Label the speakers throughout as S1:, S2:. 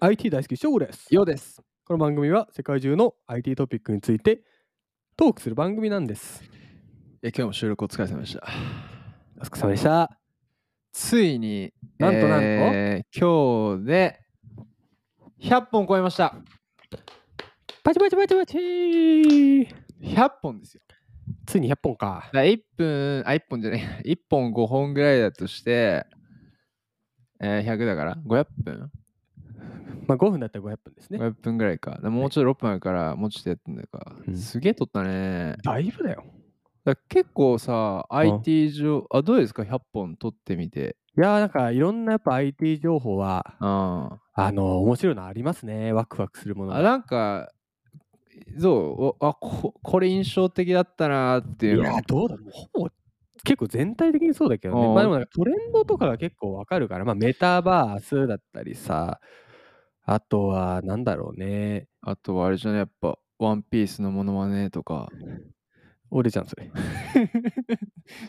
S1: IT 大好き翔吾です
S2: ようです。
S1: この番組は世界中の IT トピックについてトークする番組なんです
S2: いや今日も収録お疲れ様でした。
S1: お疲れ様でした
S2: ついに、
S1: なんとなんと
S2: と、今日で100本超えました。
S1: パチパチパチパチー
S2: 100本ですよ。
S1: ついに100本か
S2: だ1分、あ、1本じゃない、1本5本ぐ らいだとして、えー、100だから500分
S1: まあ5分だったら500分ですね
S2: ?500 分ぐらいか。だもうちょっと6分あるから、もうちょっとやってんだか。
S1: うん
S2: すげえ撮ったね。
S1: だいぶだよ
S2: だ結構さ、IT 上、あ、どうですか ?100 本撮ってみて。
S1: いやーなんかいろんなやっぱ IT 情報は
S2: あー
S1: あの面白いのありますねワクワクするもの
S2: あ
S1: が
S2: なんかそうおあここれ印象的だったなって
S1: い
S2: いうの
S1: やどうだろうほぼ結構全体的にそうだけどね
S2: うん
S1: まあでもなんかトレンドとかが結構わかるからまあメタバースだったりさあとはなんだろうね
S2: あとはあれじゃねやっぱ「ワンピースのモノマネとか
S1: 俺じゃんそれ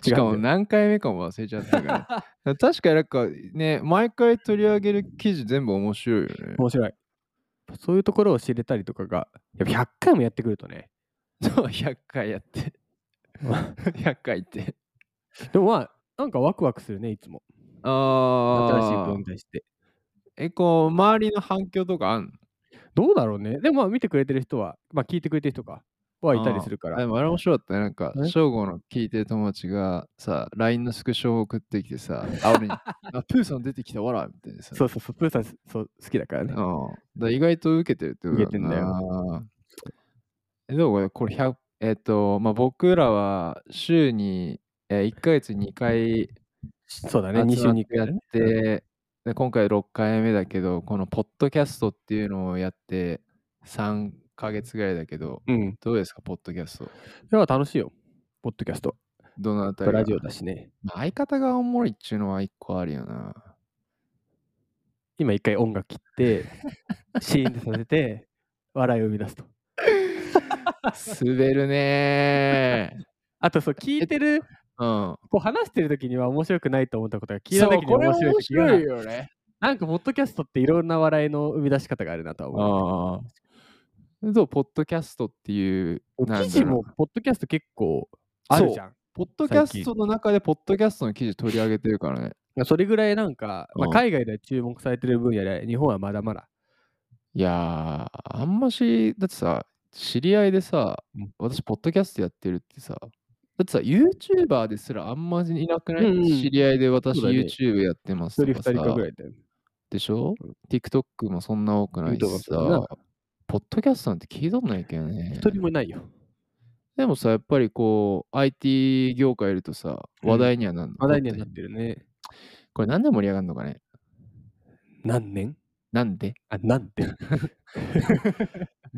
S2: し か
S1: 違う
S2: も
S1: ん
S2: 何回目かも忘れちゃったか ら確かになんかね毎回取り上げる記事全部面白いよね
S1: 面白いそういうところを知れたりとかがやっぱ100回もやってくると ね
S2: そう100回やって 100回って
S1: でもまあなんかワクワクするねいつも新しいこ
S2: あ
S1: と
S2: あ
S1: に対して
S2: えこう周りの反響とかあんの
S1: どうだろうねでもまあ見てくれてる人はまあ聞いてくれてる人かはいたりするか
S2: あで
S1: ら
S2: もあれ面白かったね。なんか
S1: え、
S2: 正吾の聞いてる友達がさ、LINE のスクショを送ってきてさ、あ、 俺に、あ、プーさん出てきたわらみたいなさ。
S1: そうそうそうプーさんそう好きだからね
S2: うんだ意外と受けてるってこと
S1: 受けてんだ
S2: よ。え、どうこれ、これ100、えっ、と、まあ、僕らは週に、えー、1ヶ月に2回
S1: そうだね2
S2: 集
S1: 週
S2: まっ
S1: に
S2: てや
S1: 1
S2: っ
S1: 回ね
S2: て、で今回6回目だけど、このポッドキャストっていうのをやって3ヶ月ぐらいだけど、
S1: うんい
S2: どうですか、ポッドキャスト。
S1: や楽しいよポッドキャスト
S2: どのあたりが
S1: ラジオだしね
S2: まあ相方がおもろいっちゅうのは一個ある よな。
S1: 今一回音楽切って シーンとさせて笑いを生み出すと
S2: 滑るね
S1: あとそう聞いてる
S2: ー。うん。
S1: こう話してる時には面白くないと思ったことが聞いた時に
S2: そうこれ
S1: 面白い
S2: 面
S1: 時は
S2: 白いよね。
S1: なんか、ポッドキャストっていろんな笑いの生み出し方があるなとは思う。
S2: ああ。そう、ポッドキャストっていう。なんだろう
S1: 記事も、ポッドキャスト結構あるじゃん。
S2: ポッドキャストの中で、ポッドキャストの記事取り上げてるからね。
S1: それぐらいなんか、まあ、
S2: うん
S1: 海外では注目されてる分野で、日本はまだまだ。
S2: いやー、あんまし、だってさ、知り合いでさ
S1: うん、
S2: 私、ポッドキャストやってるってさ、だってさ、YouTuber ですらあんまりいなくない、
S1: うんうん
S2: 知り合いで私、
S1: そうだね
S2: YouTube やってます
S1: 一
S2: と
S1: 人二人
S2: かさ。
S1: かぐらいだよね。
S2: でしょ
S1: うん
S2: ?TikTok もそんな多くない
S1: 言うと
S2: し
S1: こそうだ
S2: さ
S1: な、
S2: ポッドキャストなんて聞いたことないけどね
S1: 一。人もいないよ。
S2: でもさ、やっぱりこう、IT 業界いるとさ、
S1: うん
S2: 話題にはなんの
S1: 話題にはなってるね。
S2: これなんで盛り上がるのかね
S1: 何年
S2: なんで
S1: あ、なん て。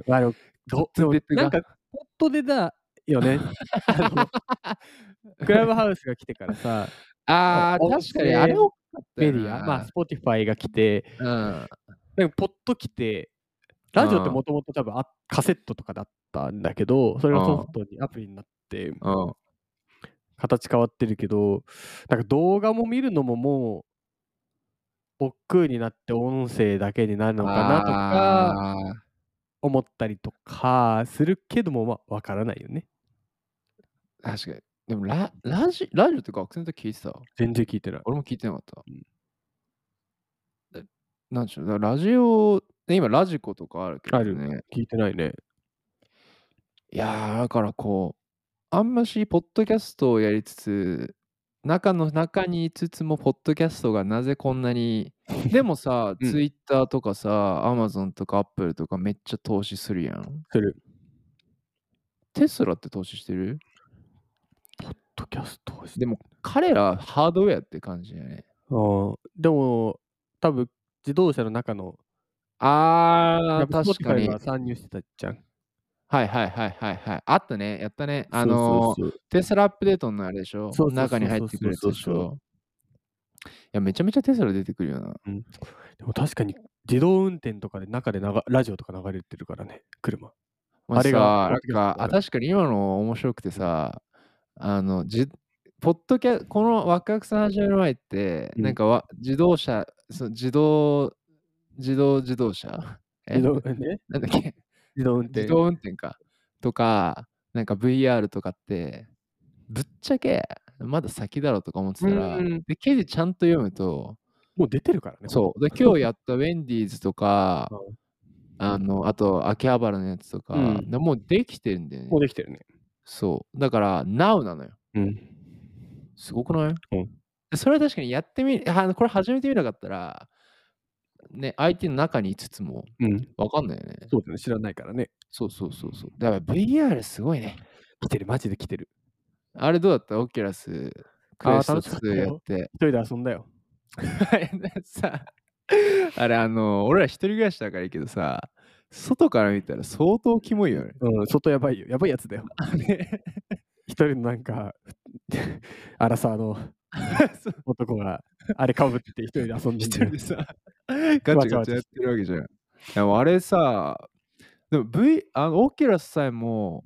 S1: あの、どでも
S2: ずっと
S1: なんか、ポットでだよ ね。あのクラブハウスが来てからさ、
S2: あ
S1: お
S2: ー、確か
S1: 音
S2: に
S1: 声
S2: あれを
S1: メディア、まあ、スポティファイが来て、
S2: あ、
S1: なんかポッと来て、ラジオって
S2: うん
S1: もともと多分あカセットとかだったんだけど、それがソフトにアプリになって、
S2: うん。うん。
S1: 形変わってるけど、なんか動画も見るのももう、億劫になって音声だけになるのかなとか
S2: あー
S1: 思ったりとかするけども、まあ、わからないよね。
S2: 確かに。でもラ、ラジ、ラジオって学生の時聞いてた
S1: 全然聞いてない。
S2: 俺も聞いてなかった
S1: うん。
S2: えなんでしょう、だからラジオ、今、ラジコとかあるけど
S1: ある
S2: ね。
S1: 聞いてないね。
S2: いやー、だからこう、あんまし、ポッドキャストをやりつつ、中の中にいつつも、ポッドキャストがなぜこんなに、でもさ、
S1: うん
S2: ツイッターとかさ、アマゾンとかアップルとかめっちゃ投資するやん。
S1: する。
S2: テスラって投資してる
S1: ポッドキャストをして
S2: でも、彼らハードウェアって感じだよね。
S1: ああでも、多分自動車の中の、や
S2: あ
S1: っ
S2: ー、
S1: ぱ
S2: 確か
S1: Spotify
S2: に。
S1: が参入してたじゃん。
S2: はいはいはいはいはい。あったね、やったね。あ
S1: そうそう
S2: のー
S1: そう
S2: テスラアップデートのあれでしょ
S1: そうそうそうそう
S2: 中に入ってくるやつでし
S1: そうそう
S2: ょいや、めちゃめちゃテスラ出てくるよな。
S1: でも確かに自動運転とかで中でながラジオとか流れてるからね、車。
S2: まあ
S1: あれがポ
S2: さ
S1: ッドキャストだか
S2: なんか
S1: ら
S2: あ確かに今の面白くてさ、あの、じポッドキャこのワクワクさん始める前って、
S1: うん
S2: なんかわ自動車、その自動自動自 動車え
S1: 自動ね
S2: なんだっけ
S1: 自動運
S2: 自
S1: 転。
S2: 動運転か。とか、なんか VR とかって、ぶっちゃけ、まだ先だろうとか思ってたら、
S1: うん
S2: で、記事ちゃんと読むと、
S1: もう出てるからね。
S2: そう、で今日やったウェンディーズと か
S1: うん、
S2: あの、あと秋葉原のやつとか、
S1: うん
S2: でもうできてるんだよ
S1: もう
S2: ね。
S1: できてるね。
S2: そう。だから、Now なのよ。
S1: うん。
S2: すごく
S1: う
S2: ない、
S1: ん
S2: でそれは確かにやってみあこれ始めてみなかったら、ね、相手の中にいつつも
S1: うん。
S2: わかんないよね。
S1: そうだね。知らないからね。
S2: そうそうそうそう。だから VR すごいね。
S1: 来てる、マジで来てる。
S2: あれどうだったオキュラス、ク
S1: あー
S2: エスト
S1: 楽しかった
S2: 2やって。
S1: 一人で遊んだよ。
S2: さあれあの、俺ら一人暮らしだからいいけどさ、外から見たら相当キモいよね。
S1: うん、外やばいよ。やばいやつ だよ。 一人のなんか、 アラサーの
S2: そう
S1: 男が、あれかぶって一人で遊んで
S2: 一
S1: んだ
S2: 人
S1: よ
S2: でさ、ガチャガチャやってるわけじゃん。でもあれさ、でも V、あのオキュラスさえも、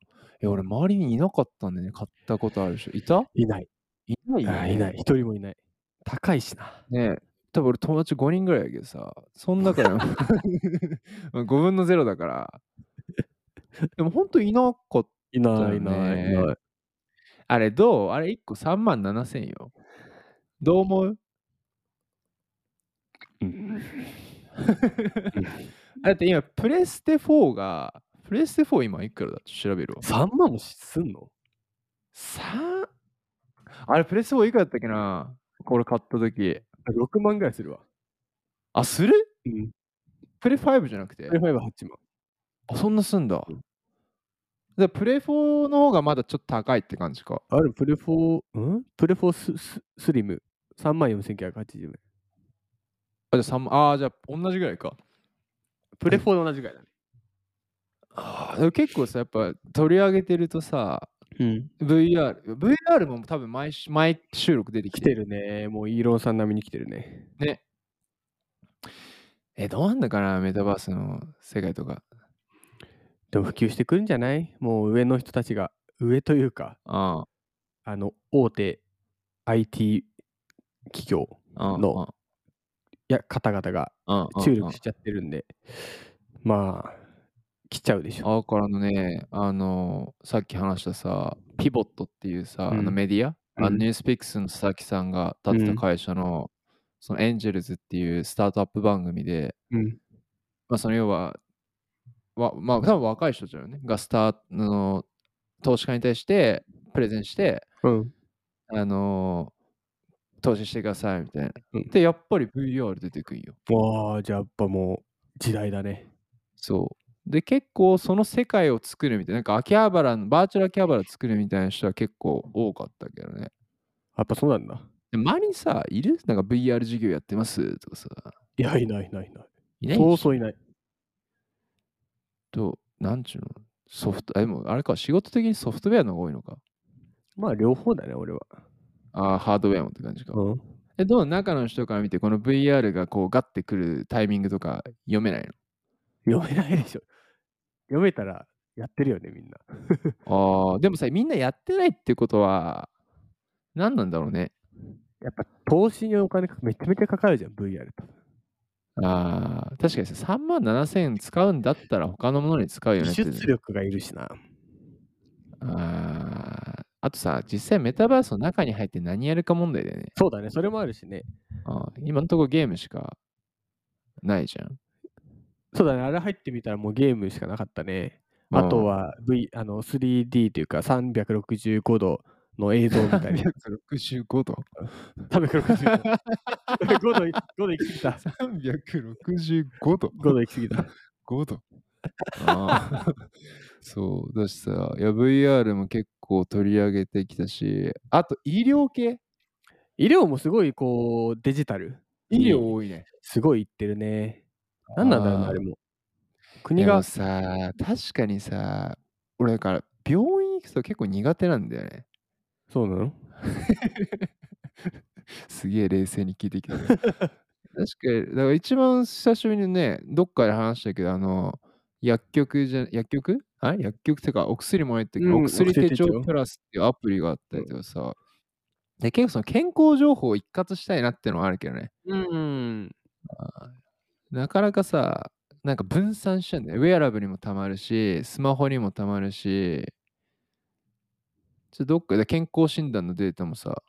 S2: いや俺周りにいなかったんだよね、買ったことある人。いた
S1: いない。
S2: いないよね、
S1: あいない。一人もいない。高いしな。
S2: ねえ、多分俺友達5人ぐらいやけどさ、そん中で も5分の0だから。でも本当いなかった。
S1: いないいないい
S2: だよ
S1: ない。
S2: あれどうあれ1個3万7千よ。どう思うだって今、プレステ4が、プレステ4今いくらだと調べるわ。
S1: 3万もすんの
S2: 3? あれ、プレステ4いくらだったっけなこれ買ったとき。
S1: ?6 万ぐらいするわ。
S2: あ、する
S1: うん。
S2: プレ5じゃなくて
S1: プレ。ファイブ8万。
S2: あ、そんなすんだ。でプレ4の方がまだちょっと高いって感じか。
S1: あれ、プレフォー、んプレフォースススリム。3万4980円。
S2: あ、じゃあ3万、あー、じゃあ同じぐらいか。
S1: プレフォーと同じぐらいだね。
S2: あーでも結構さ、やっぱ取り上げてるとさ、
S1: うん。
S2: VR、VR も多分毎週毎収録出てき
S1: 来
S2: て
S1: て
S2: る。
S1: るね。もうイーロンさん並みに来てるね。
S2: ね。え、どうなんだかな、メタバースの世界とか。
S1: でも普及してくるんじゃないもう上の人たちが、上というか、
S2: あ
S1: あの、大手 IT 企業
S2: あ、うん
S1: のや方々が
S2: うんうんうん
S1: 注力しちゃってるんで、まあ、来ちゃうでしょ。
S2: あからのね、あの、さっき話したさ、ピボットっていうさ、あ
S1: う
S2: の
S1: ん
S2: メディア、あ
S1: う
S2: の
S1: ん
S2: ニュースピックスの佐々木さんが立ってた会社の、そのエンジェルズっていうスタートアップ番組で、
S1: うん。
S2: まあ、その要は、わまあ、多分若い人じゃよね、がスターあの投資家に対してプレゼンして、
S1: うん。
S2: あの投資してくださいみたいな。
S1: うん
S2: で、やっぱり VR 出てくるよ。
S1: わあ、じゃあやっぱもう時代だね。
S2: そう。で、結構その世界を作るみたいな、なんか秋葉原の、バーチャル秋葉原作るみたいな人は結構多かったけどね。
S1: やっぱそうなんだ。
S2: で周りにさ、いるなんか VR 授業やってますとかさ、
S1: いや、いないいないいない。
S2: いない
S1: そう
S2: う
S1: そういない。
S2: と、なんちゅうのソフト、あでもあれか、仕事的にソフトウェアの方が多いのか。
S1: まあ、両方だね、俺は。
S2: あーハードウェアもって感じか。
S1: うん。
S2: え、どう中の人から見て、この VR がこうガッてくるタイミングとか読めない
S1: 読めないでしょ。読めたらやってるよね、みんな。
S2: のああ、でもさ、みんなやってないってことは、何なんだろうね。
S1: やっぱ投資にお金かめちゃめちゃかかるじゃん、VR と。
S2: ああ、確かにさ、3万7千円使うんだったら他のものに使うよね
S1: 技
S2: ってね。
S1: 術力がいるしな。
S2: ああ、あとさ、実際メタバースの中に入って何やるか問題だよね。
S1: そうだね、それもあるしね。
S2: あー今のところゲームしかないじゃん。
S1: そうだね、あれ入ってみたらもうゲームしかなかったね。あと
S2: は、
S1: は v あの 3D というか365度の映像みたい な。
S2: 365度
S1: 365度。5度い、5度行き過ぎた。
S2: ?365 度
S1: 5度行き過ぎた。
S2: 5度あーそうだしさいや VR も結構取り上げてきたしあと医療系
S1: 医療もすごいこうデジタル。
S2: 医療多いね
S1: すごい行ってるね。なんなんだろう
S2: あ
S1: な、
S2: ー
S1: あれも。
S2: で
S1: 国
S2: も
S1: が、
S2: さ確かにさ俺だから病院行くと結構苦手なんだよね
S1: そうなの
S2: すげえ冷静に聞いてきたね 確かにだから一番久しぶりにねどっかで話したけどあの薬局じゃ薬局あれ薬局ってかお薬もらえてくる、
S1: うん
S2: お薬手
S1: お薬手
S2: 帳
S1: 帳
S2: プラスっていうアプリがあったりとかさ、で結構その健康情報を一括したいなってのはあるけどね
S1: うん。
S2: なかなかさ、なんか分散しちゃうんだよ。ウェアラブにもたまるし、スマホにもたまるし、ちょっとどっかで健康診断のデータもさ、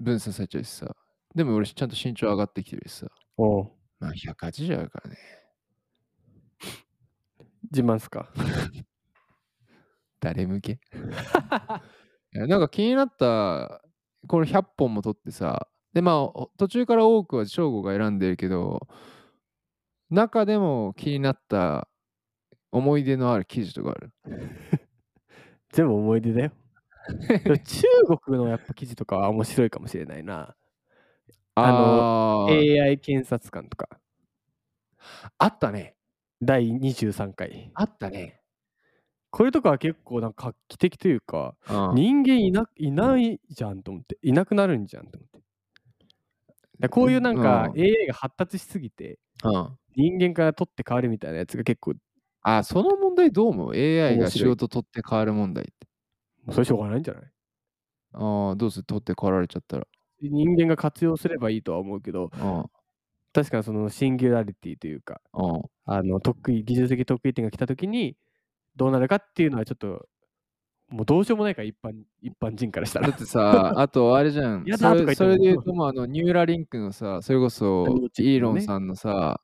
S2: 分散されちゃうしさ。でも俺ちゃんと身長上がってきてるしさ。
S1: おう
S2: まあ180あるからね。
S1: 自慢っすか。
S2: 誰向 けいやなんか気になったこれ100本も取ってさでまあお途中から多くは省吾が選んでるけど中でも気になった思い出のある記事とかある
S1: 全部思い出だ よ。でも中国のやっぱ記事とかは面白いかもしれないな。あ
S2: の
S1: AI 検察官とか、
S2: あったね
S1: 第23回。
S2: あったね、
S1: これとかは結構なんか画期的というか、
S2: うん
S1: 人間いないないじゃんと思って、いなくなるんじゃんと思って。だからこういうなんか
S2: うん
S1: AI が発達しすぎて、
S2: うん
S1: 人間から取って変わるみたいなやつが結構、
S2: あその問題どう思う AI が
S1: 面
S2: 仕
S1: 白い
S2: 事取って変わる問題って
S1: それしょうがないんじゃない
S2: ああどうする取って変わられちゃったら、
S1: 人間が活用すればいいとは思うけど、
S2: うん
S1: 確かにそのシンギュラリティというか、
S2: うん、
S1: あの得意技術的得意点が来た時にどうなるかっていうのはちょっともうどうしようもないから一般一般人からした
S2: だ
S1: ら
S2: ってさ、あとあれじゃん。
S1: やだ
S2: そ
S1: とか言
S2: れ
S1: って
S2: そ
S1: も
S2: れで言うと、まあ、あのニューラリンクのさ、それこそ
S1: 何をチェック
S2: イーロン
S1: ね
S2: さんのさ、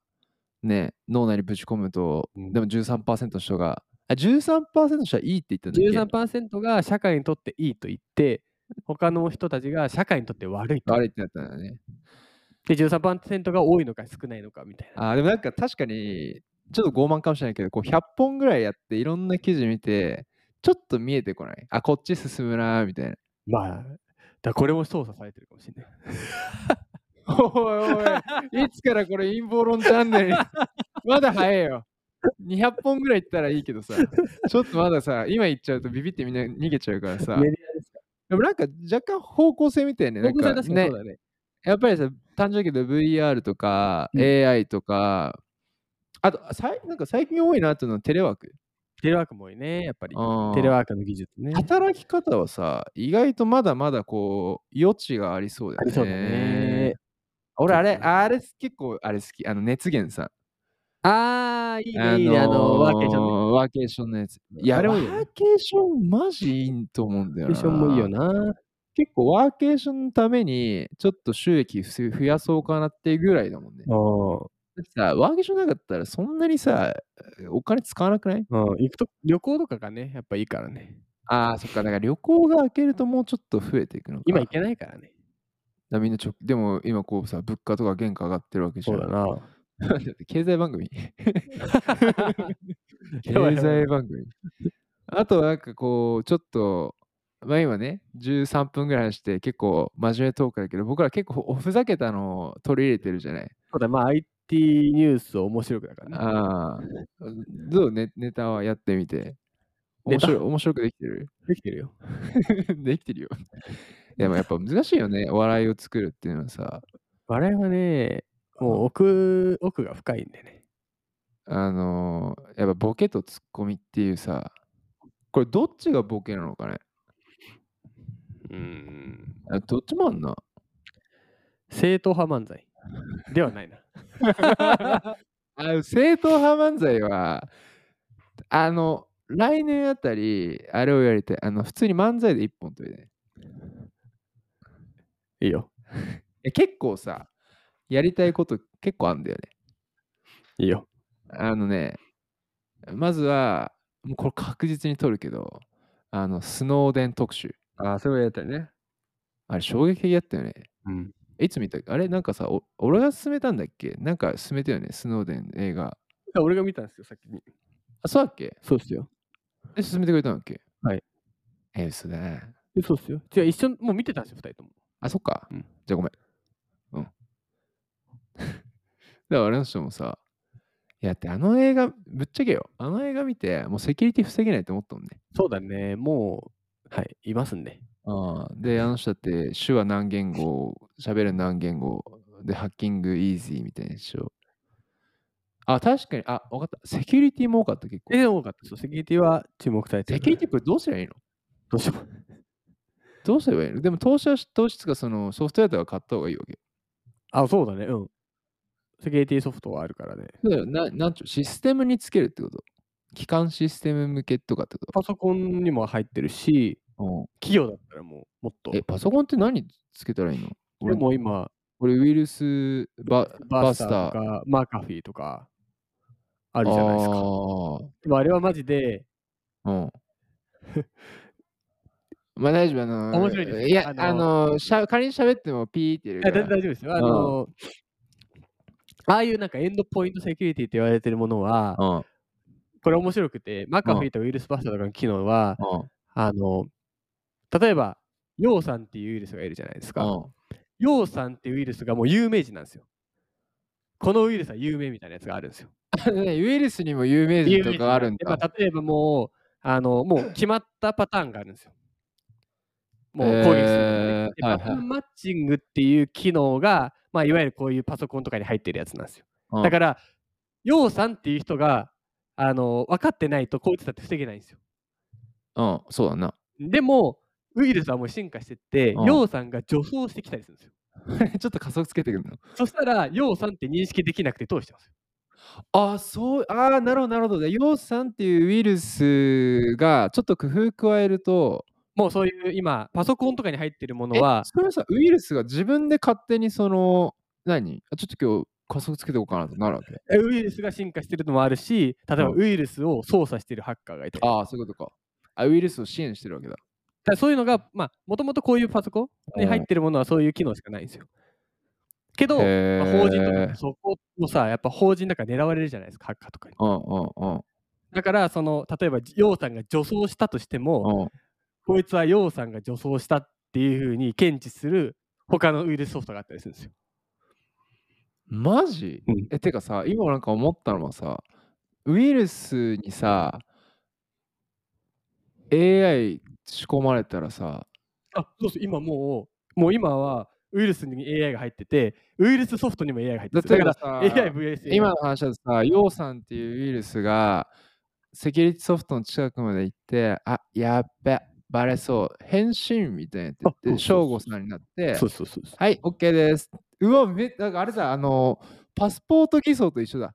S2: ね、脳内にぶち込むと、
S1: うん
S2: でも13%の人が、あ、13%の人はいいって言ったんだっけ
S1: 13%が社会にとっていいと言って他の人たちが社会にとって悪いと
S2: 悪いってなったんだね。
S1: で13%が多いのか少ないのかみたいな
S2: あ、でもなんか確かに、ちょっと傲慢かもしれないけど、こう100本ぐらいやって、いろんな記事見て、ちょっと見えてこない。あ、こっち進むなーみたいな。
S1: まあだからこれも操作されてるかもしれない
S2: おいおい、いつからこれ陰謀論チャンネ ルにまだ早いよ。200本ぐらいいったらいいけどさ、ちょっとまださ、今言っちゃうとビビってみんな逃げちゃうからさ
S1: メ、ディアですか
S2: でもなんか若干方向性みたいね。なん
S1: 僕
S2: か
S1: は確かに
S2: ね
S1: そう、だね
S2: やっぱりさ、単純だけど VR とか
S1: うん
S2: AI とか、あとさい、なんか最近多いなっていうのはテレワーク。
S1: テレワークもいいねやっぱり
S2: うん
S1: テレワークの技術ね
S2: 働き方はさ、意外とまだまだこう、余地がありそうだ
S1: あ
S2: よね。
S1: りそうだね
S2: 俺、あれ、
S1: そうだね
S2: あれ結構、あれ好き。あの、熱源さん。
S1: ああいいねいいねあのワーケーションね
S2: ン。ワーケーションのやつ。いや、
S1: あれ
S2: ワ
S1: もいいよね
S2: ーケーションマジいいと思うんだよ
S1: ワー
S2: な。
S1: ケーションもいいよ。な
S2: 結構ワーケーションのために、ちょっと収益ふ増やそうかなっていうぐらいだもんね。だ
S1: うん
S2: ってさ、ワーケーションなかったらそんなにさ、お金使わなくない
S1: うん、行くと旅行とかがね、やっぱいいからね。
S2: ああ、そっか。だから旅行が明けるともうちょっと増えていくのか。
S1: 今
S2: だ
S1: 行
S2: か
S1: けないからね。
S2: らみんなちょ、でも今こうさ、物価とか原価上がってるわけじゃん。
S1: な。
S2: だって経済番組経
S1: やばいやばい
S2: 済番組 あとはなんかこうちょっとまあ今ね13分ぐらい話して結構真面目トークだけど僕ら結構おふざけたのを取り入れてるじゃない
S1: そうだ、まあ IT ニュースを面白くだからね。
S2: ああどうねネタはやってみて
S1: ネ
S2: 面
S1: タ
S2: 白い面白くできてる
S1: できてるよ。
S2: できてるよでもやっぱ難しいよねお笑いを作るっていうのはさ
S1: 我々はね、もう奥奥が深いんでね。
S2: あのーやっぱボケとツッコミっていうさこれどっちがボケなのかね
S1: うん。
S2: あどっちもあんな。
S1: 正統派漫才ではないな。
S2: あ正統派漫才は、あの、来年あたり、あれをやりたい。あの、普通に漫才で一本取りたい
S1: いいよ。
S2: え。結構さ、やりたいこと結構あんだよね。
S1: いいよ。
S2: あのね、まずは、もうこれ確実に取るけど、あの、スノーデン特集。
S1: ああ、それはやりたいね。
S2: あれ、衝撃的だったよね。
S1: うん。
S2: いつ見たっけあれ、なんかさ、お俺が勧めたんだっけなんか勧めたよね、スノーデン映画。
S1: 俺が見たんですよ、先に。
S2: あ、そうだっけ
S1: そうっすよ。
S2: え、勧めてくれたんだっけ
S1: はい。
S2: え、嘘だな。
S1: えそうっすよ。違う、一緒にもう見てたんですよ、二人とも。
S2: あ、そっか。
S1: うん
S2: じゃあごめん。うん。だ からあの人もさ、いやだってあの映画、ぶっちゃけよ。あの映画見て、もうセキュリティ防げないと思ったもんね。
S1: そうだね、もう、はい、いますんで。
S2: ああで、あの人だって手話何言語、喋る何言語、で、ハッキングイージーみたいな人。あ、確かに、あ、わかった。セキュリティも多かった、結構。
S1: え、多かったです。セキュリティは注目されて
S2: セ
S1: る。
S2: キュリティこれどうすればいいの
S1: どうしよう。
S2: どうすればいいのでも投資は、投資とかそのソフトウェアとか買った方がいいわけ。
S1: あ、そうだね。うん。セキュリティソフトはあるからね。
S2: そうだよななんちゅう、システムにつけるってこと機関システム向けとかってこ
S1: パソコンにも入ってるし、
S2: と、
S1: 企業だったらもうもっと。
S2: え、パソコンって何つけたらいいの
S1: で
S2: 俺
S1: も今、
S2: 俺ウイルスバ
S1: バ
S2: バ
S1: ス
S2: ス
S1: タ
S2: タ
S1: ーと
S2: ー
S1: かマーカフィーとかあ
S2: あ
S1: るじゃないですか。
S2: ー
S1: でもあれはマジで、
S2: うん。 まあ大丈夫、あのー、
S1: 面白いです
S2: いや、
S1: あ
S2: あ
S1: の
S2: のーしゃ、仮に喋ってもピーって言う
S1: あ
S2: か
S1: だ
S2: ら。
S1: 大丈夫ですよ。あの、ああいうなんかエンドポイントセキュリティって言われてるものは、
S2: うん
S1: これ面白くて、マーカフィーとかウイルスバスターとかの機能は、
S2: うん
S1: あの、例えば、ヨウさんっていうウイルスがいるじゃないですか。
S2: うん
S1: ヨウさんっていうウイルスがもう有名人なんですよ。このウイルスは有名みたいなやつがあるんですよ。
S2: ねウイルスにも有名人とかあるん
S1: 有名人が
S2: だ。
S1: まあ例えばもう、あの、もう決まったパターンがあるんですよ。もう攻撃する、
S2: えー
S1: で
S2: はいは
S1: パ
S2: い
S1: ターンマッチングっていう機能が、まあ、いわゆるこういうパソコンとかに入ってるやつなんですよ。
S2: うん
S1: だから、ヨウさんっていう人が、あの、分かってないと、こういつだって防げないんですよ。
S2: うん、そう だな。
S1: でも、ウイルスはもう進化してって、
S2: うん
S1: ヨウさんが助走してきたりするんですよ。
S2: ちょっと加速つけてくるの。
S1: そしたら、ヨウさんって認識できなくてどうしてます
S2: ああ、そう、ああ、なるほど、なるほど。で、ヨウさんっていうウイルスがちょっと工夫加えると、
S1: もうそういう今、パソコンとかに入ってるもの
S2: え
S1: は、
S2: それはさ、ウイルスが自分で勝手にその、何あちょっと今日加速つけておこうかなとなるわけ。
S1: えウイルスが進化してるのもあるし、例えば
S2: うん
S1: ウイルスを操作してるハッカーがいて、だか
S2: ああ、そういうことか。あ、ウイルスを支援してるわけだ。
S1: らそういうのが、まあ、もともとこういうパソコンに入ってるものはそういう機能しかないんですよ。けど、まあ法人と
S2: へ
S1: か
S2: ー
S1: そこもさ、やっぱ法人だから狙われるじゃないですか、ハッカーとかに。
S2: うんうんうん
S1: だから、その、例えば、ヨウさんが助走したとしても、
S2: うん。
S1: こいつはヨウさんが助走したっていうふうに検知する他のウイルスソフトがあったりするんですよ。
S2: マジ、
S1: うん
S2: え、てかさ、今なんか思ったのはさ、ウイルスにさ、AI 仕込まれたらさ、
S1: あそうそう、今もう、もう今はウイルスに AI が入ってて、ウイルスソフトにも AI が入ってて、
S2: 例えば
S1: だ
S2: さ
S1: から AIVS。
S2: 今の話だとさ、ヨウさんっていうウイルスがセキュリティソフトの近くまで行って、あ、やっべ、バレそう、返信みたいなって言っ
S1: あ
S2: て、
S1: そう
S2: 省
S1: そうそう
S2: 吾さんになって、
S1: そうそうそうそう。
S2: はい、OK です。うわ、めなんかあれだ、あの、パスポート偽装と一緒だ。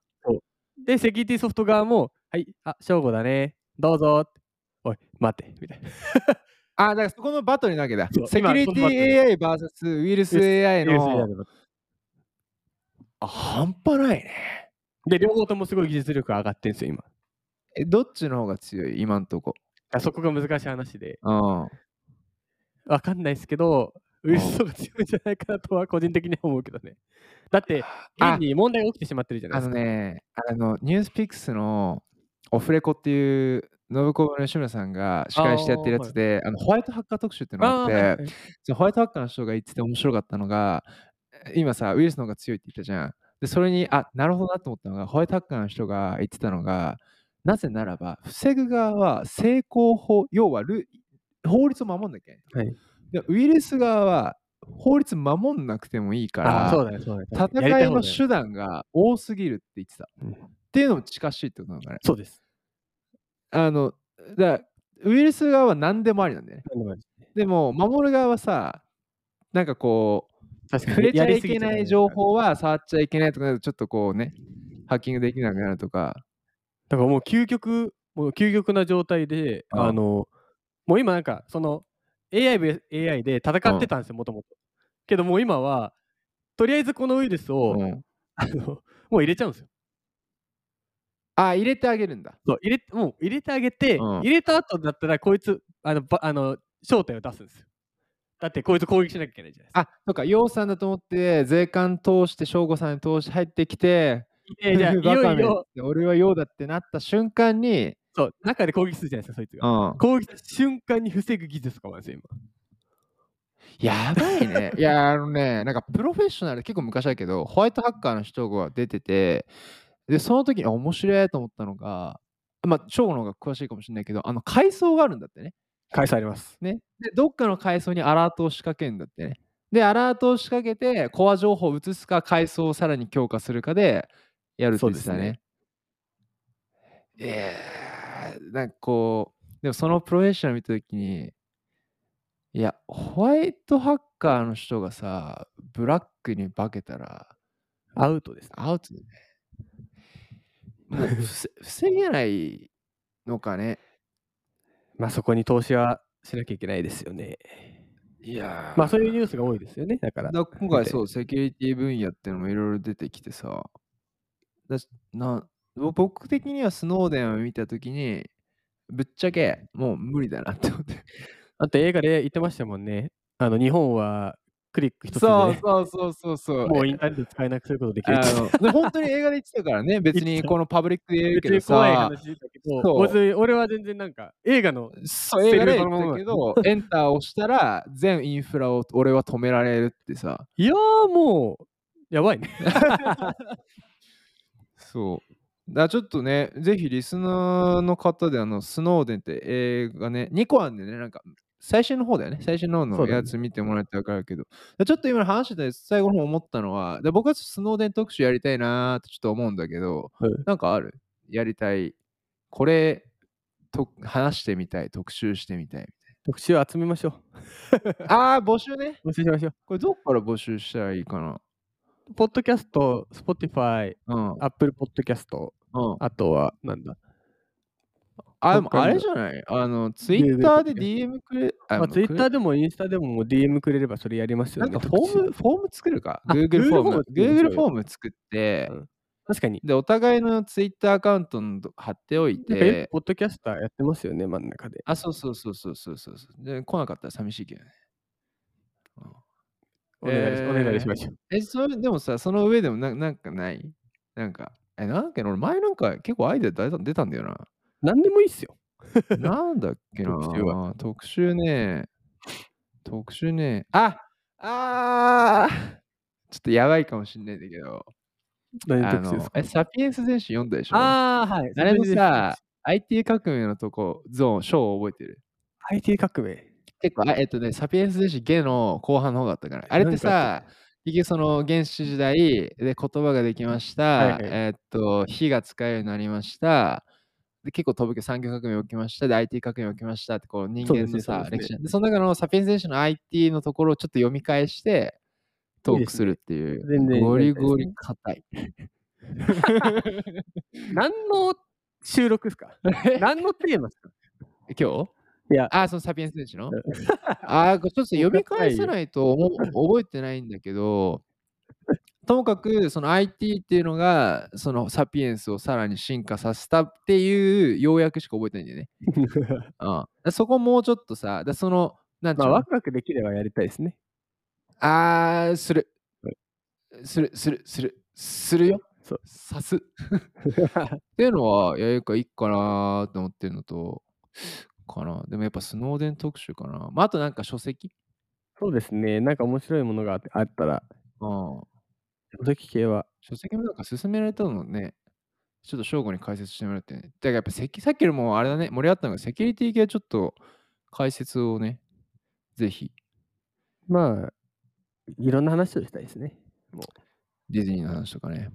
S1: で、セキュリティソフト側も、はい、あ、正吾だね、どうぞって、おい、待って、みたいな。
S2: あ、だからそこのバトルなわけだ
S1: そう。
S2: セキュリ
S1: 今
S2: テ
S1: そのバトル
S2: ィ AI vs ウイルス AI の。あ半端ないね。
S1: で、両方ともすごい技術力が上がってるんですよ、今。
S2: え、どっちの方が強い今んとこ。
S1: あそこが難しい話で、
S2: うん。
S1: わかんないですけど、ウイルスソフトが強いんじゃないかなとは個人的には思うけどね。だって、
S2: あ
S1: 変に問題が起きてしまってるじゃない
S2: あ
S1: で
S2: の
S1: すか。
S2: ね、あの、ニュースピックスのオフレコっていう、信子の吉村さんが司会してやってるやつで、あのホワイトハッカー特集っていうのがあって、
S1: はいはい
S2: そのホワイトハッカーの人が言ってて面白かったのが、今さ、ウイルスの方が強いって言ったじゃん。で、それに、あ、なるほどなと思ったのが、ホワイトハッカーの人が言ってたのが、なぜならば、防ぐ側は成功法、要はル法律を守んなきゃいけない。
S1: はい
S2: でウイルス側は法律守んなくてもいいか
S1: あ
S2: ら、
S1: そうだね、そうだね。
S2: 戦いの
S1: 種
S2: 手段が多すぎるって言ってた。
S1: うん
S2: っていうのも近しいってことなのかね。
S1: そうです。
S2: あの、だからウイルス側は何でもありなんだよね。でも、守る側はさ、なんかこう、
S1: 確かに
S2: 触れち ゃ
S1: やり
S2: い
S1: すぎ
S2: け
S1: ちゃ
S2: な
S1: ダメ
S2: い
S1: ですから
S2: 情報は触っちゃいけないとかなるとちょっとこうね、ハッキングできなくなるとか。
S1: だからもう究極、もう究極な状態で、
S2: うん
S1: あの、もう今なんか、その AI, べ AI で戦ってたんですよ、もともと。けどもう今は、とりあえずこのウイルスを、
S2: うん
S1: あのもう入れちゃうんですよ。
S2: あ、入れてあげるんだ。
S1: そう入れもう入れてあげて、
S2: うん
S1: 入れた後だったら、こいつ、あの、ばあの正体を出すんですよ。だって、こいつ攻撃しなきゃいけないじゃないですか。
S2: あ、とか、洋さんだと思って、税関通して、省吾さんに通して入ってきて、
S1: えじゃあ、い
S2: バカ
S1: よい
S2: めっ
S1: よ、
S2: て俺は洋だってなった瞬間に、
S1: そう、中で攻撃するじゃないですか、そいつ
S2: う
S1: が。
S2: ん、
S1: 攻撃した瞬間に防ぐ技術とかもあるんですよ、今。
S2: やばいね。 いや、あのね、なんかプロフェッショナル、結構昔だけど、ホワイトハッカーの人が出てて、で、その時にあ面白いと思ったのが、まあ、翔吾の方が詳しいかもしれないけど、あの、階層があるんだってね。
S1: 返されます。
S2: ね。で、どっかの階層にアラートを仕掛けるんだってね。で、アラートを仕掛けて、コア情報を移すか、階層をさらに強化するかでやるって言ってたね。えー、なんかこう、でもそのプロフェッショナル見たときに、いや、ホワイトハッカーの人がさ、ブラックに化けたら、
S1: アウトですね。
S2: アウトだね。もう 防防げないのかね。
S1: まあそこに投資はしなきゃいけないですよね。
S2: いや
S1: まあそういうニュースが多いですよね。だから。。
S2: だ今回そうう、セキュリティ分野ってのもいろいろ出てきてさ、だしなぼ僕的にはスノーデンを見たときに、ぶっちゃけもう無理だなって思って。
S1: だって映画で言ってましたもんね。あの日本はクリック一つで、
S2: そう
S1: ね、
S2: そうそうそうそう。
S1: もうインターネット使えなくすることできるっ
S2: あ
S1: て。
S2: ので本当に映画で言ってたからね、別にこのパブリックで言えるけ
S1: 別に
S2: ど
S1: 怖い
S2: さ、
S1: 話だけど、
S2: そう
S1: 別に俺は全然なんか映画の
S2: そう映画で
S1: セリフそ
S2: 言
S1: の
S2: っ
S1: ま
S2: て
S1: ま
S2: たけど、エンターを押したら全インフラを俺は止められるってさ、
S1: いやーもうやばいね。
S2: そう。だからちょっとね、ぜひリスナーの方で、あの、スノーデンって映画ね、2個あるんでね、なんか、最新の方だよね、最新の方
S1: そ
S2: の
S1: うだね
S2: やつ見てもらってわかるけど、だからちょっと今の話してて最後の方思ったのは、で僕はスノーデン特集やりたいなーってちょっと思うんだけど、
S1: はい
S2: なんかあるやりたい。これと、話してみたい、特集してみたい。
S1: 特集を集めましょ
S2: あー、募集ね。
S1: う。募集しましょ
S2: これどっから募集したらいいかな。
S1: う。ポッドキャスト、Spotify、
S2: うん。
S1: Apple ポッドキャスト、
S2: うん、
S1: あとはなんだ。
S2: あ、でも
S1: 他に
S2: あ
S1: は
S2: れじゃないあの、ツイ
S1: Google
S2: ッターで DM くれ、あ
S1: まあ、
S2: のくれ
S1: Twitter でもインスタでももう DM くれればそれやりますよ
S2: なん
S1: ね。
S2: かフ
S1: 特集
S2: ォーム、フォーム作るか。
S1: あ
S2: Google フォーム。Google
S1: Google
S2: フォーム作って、
S1: うん確かに。
S2: で、お互いの Twitter アカウントの貼っておい
S1: なんかよ
S2: て
S1: く、ポッドキャスターやってますよね、真ん中で。
S2: あ、そうそうそうそうそうそうそう。で、来なかったら寂しいけどね。
S1: お願い,、
S2: えー
S1: お願いしましょう。
S2: え、それでもさ、その上でもななんかないなんか、え、なんだっけな俺前なんか結構アイデア出た出たんだよな。
S1: 何でもいいっすよ。
S2: なんだっけな
S1: 特集は
S2: 特集ね。特集ね。ああーちょっとやばいかもしんないんだけど。
S1: 何
S2: あ
S1: 特集で
S2: の
S1: すか
S2: え、サピエンス全史読んだでしょ
S1: あー、はい
S2: あれのさ、IT 革命のとこ、ゾーン、章を覚えてる。
S1: IT 革命。
S2: 結構、あえっとね、サピエンス全史ゲの後半の方だったから。あれってさ、結局その原始時代で言葉ができました、
S1: はいはい
S2: えっと、火が使えるようになりました。で結構飛ぶけど産業革命起きましたで IT 革命起きましたってこう人
S1: そうで
S2: 間
S1: す
S2: の
S1: ね
S2: さ
S1: そうで
S2: 歴
S1: す
S2: 史
S1: ね
S2: でその中のサピエンス全史の IT のところをちょっと読み返してトークするっていう
S1: 全然
S2: ゴリ
S1: やりたいです
S2: ゴ
S1: ね
S2: リ硬い
S1: 何の収録です か何のテーマですか
S2: 今日
S1: いや
S2: あ、そのサピエンス選手の あー、これちょっと読み返さないと思う覚えてないんだけど、ともかくその IT っていうのがそのサピエンスをさらに進化させたっていう要約しか覚えてないんだよね。うん、そこもうちょっとさ、だその、なんて い
S1: まあ
S2: うの、
S1: ワクワクできればやりたいですね。
S2: あー、する。する、する、する、するよ
S1: そう。
S2: さす。っていうのは、やるかいいかなーって思ってるのと、かな。でもやっぱスノーデン特集かな。まあ、あとなんか書籍
S1: そうですね。なんか面白いものがあってあったら、
S2: うん。
S1: その時系は。
S2: 書籍もなんか勧められたのね、ちょっと正吾に解説してもらってね。だからやっぱセキ、さっきよりもあれだね、盛り上がったのがセキュリティ系ちょっと解説をね、ぜひ
S1: まあ、いろんな話をしたいですね。
S2: ディズニーの話とかね。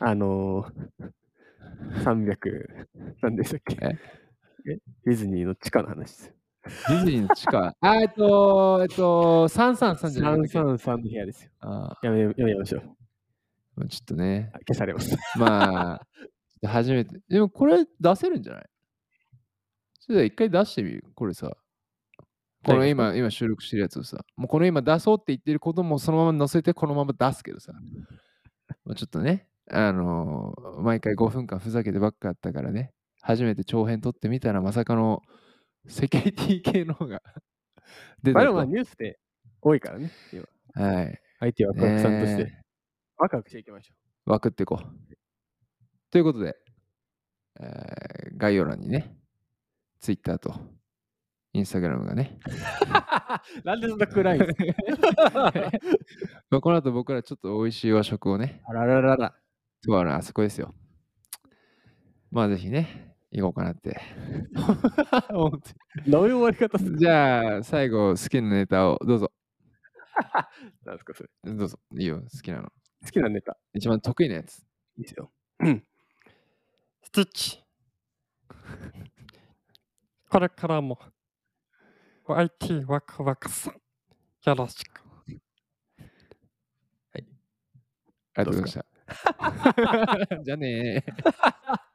S1: あのー、300、何でしたっけ
S2: え
S1: えディズニーの地下の話です。
S2: ディズニーの地下。 あ、えっと、えっと、333じゃないですか。
S1: 333の部屋ですよ。
S2: あ
S1: やめやめましょう。
S2: ーちょっとね、
S1: あ消されます。
S2: まあ、ちょっと初めて。でもこれ出せるんじゃないちょっと一回出してみる。これさ。この
S1: 何が
S2: 今、今収録してるやつをさ、もうこの今出そうって言ってることもそのまま載せてこのまま出すけどさ。まあちょっとね、あのー毎回5分間ふざけてばっかだったからね、初めて長編撮ってみたらまさかのセキュリティ系の方が 出
S1: まあで
S2: たと
S1: もまあニュースで多いからね、今。
S2: はい。
S1: IT ワクワクさんとして、
S2: ね
S1: ワクワクしていきましょ
S2: ワクっていこう。ということで、えー概要欄にね、Twitter と Instagram がね、
S1: う。 なんでそんな暗いんですか
S2: まあこの後僕らちょっと美味しい和食をね、
S1: あらららら。
S2: とあるあそこですよ。まあぜひね、行こうかなって 思って。
S1: どういう終わり方する
S2: じゃあ最後、好きなネタをどうぞ。
S1: なんですかそれ
S2: どうぞ。いいよ、好きなの。
S1: 好きなネタ。
S2: 一番得意なやつ。
S1: いいですよ。うん。スティッチ。
S3: これからも IT ワクワクさんよろしく。
S2: ありがとうございました。じゃあねー。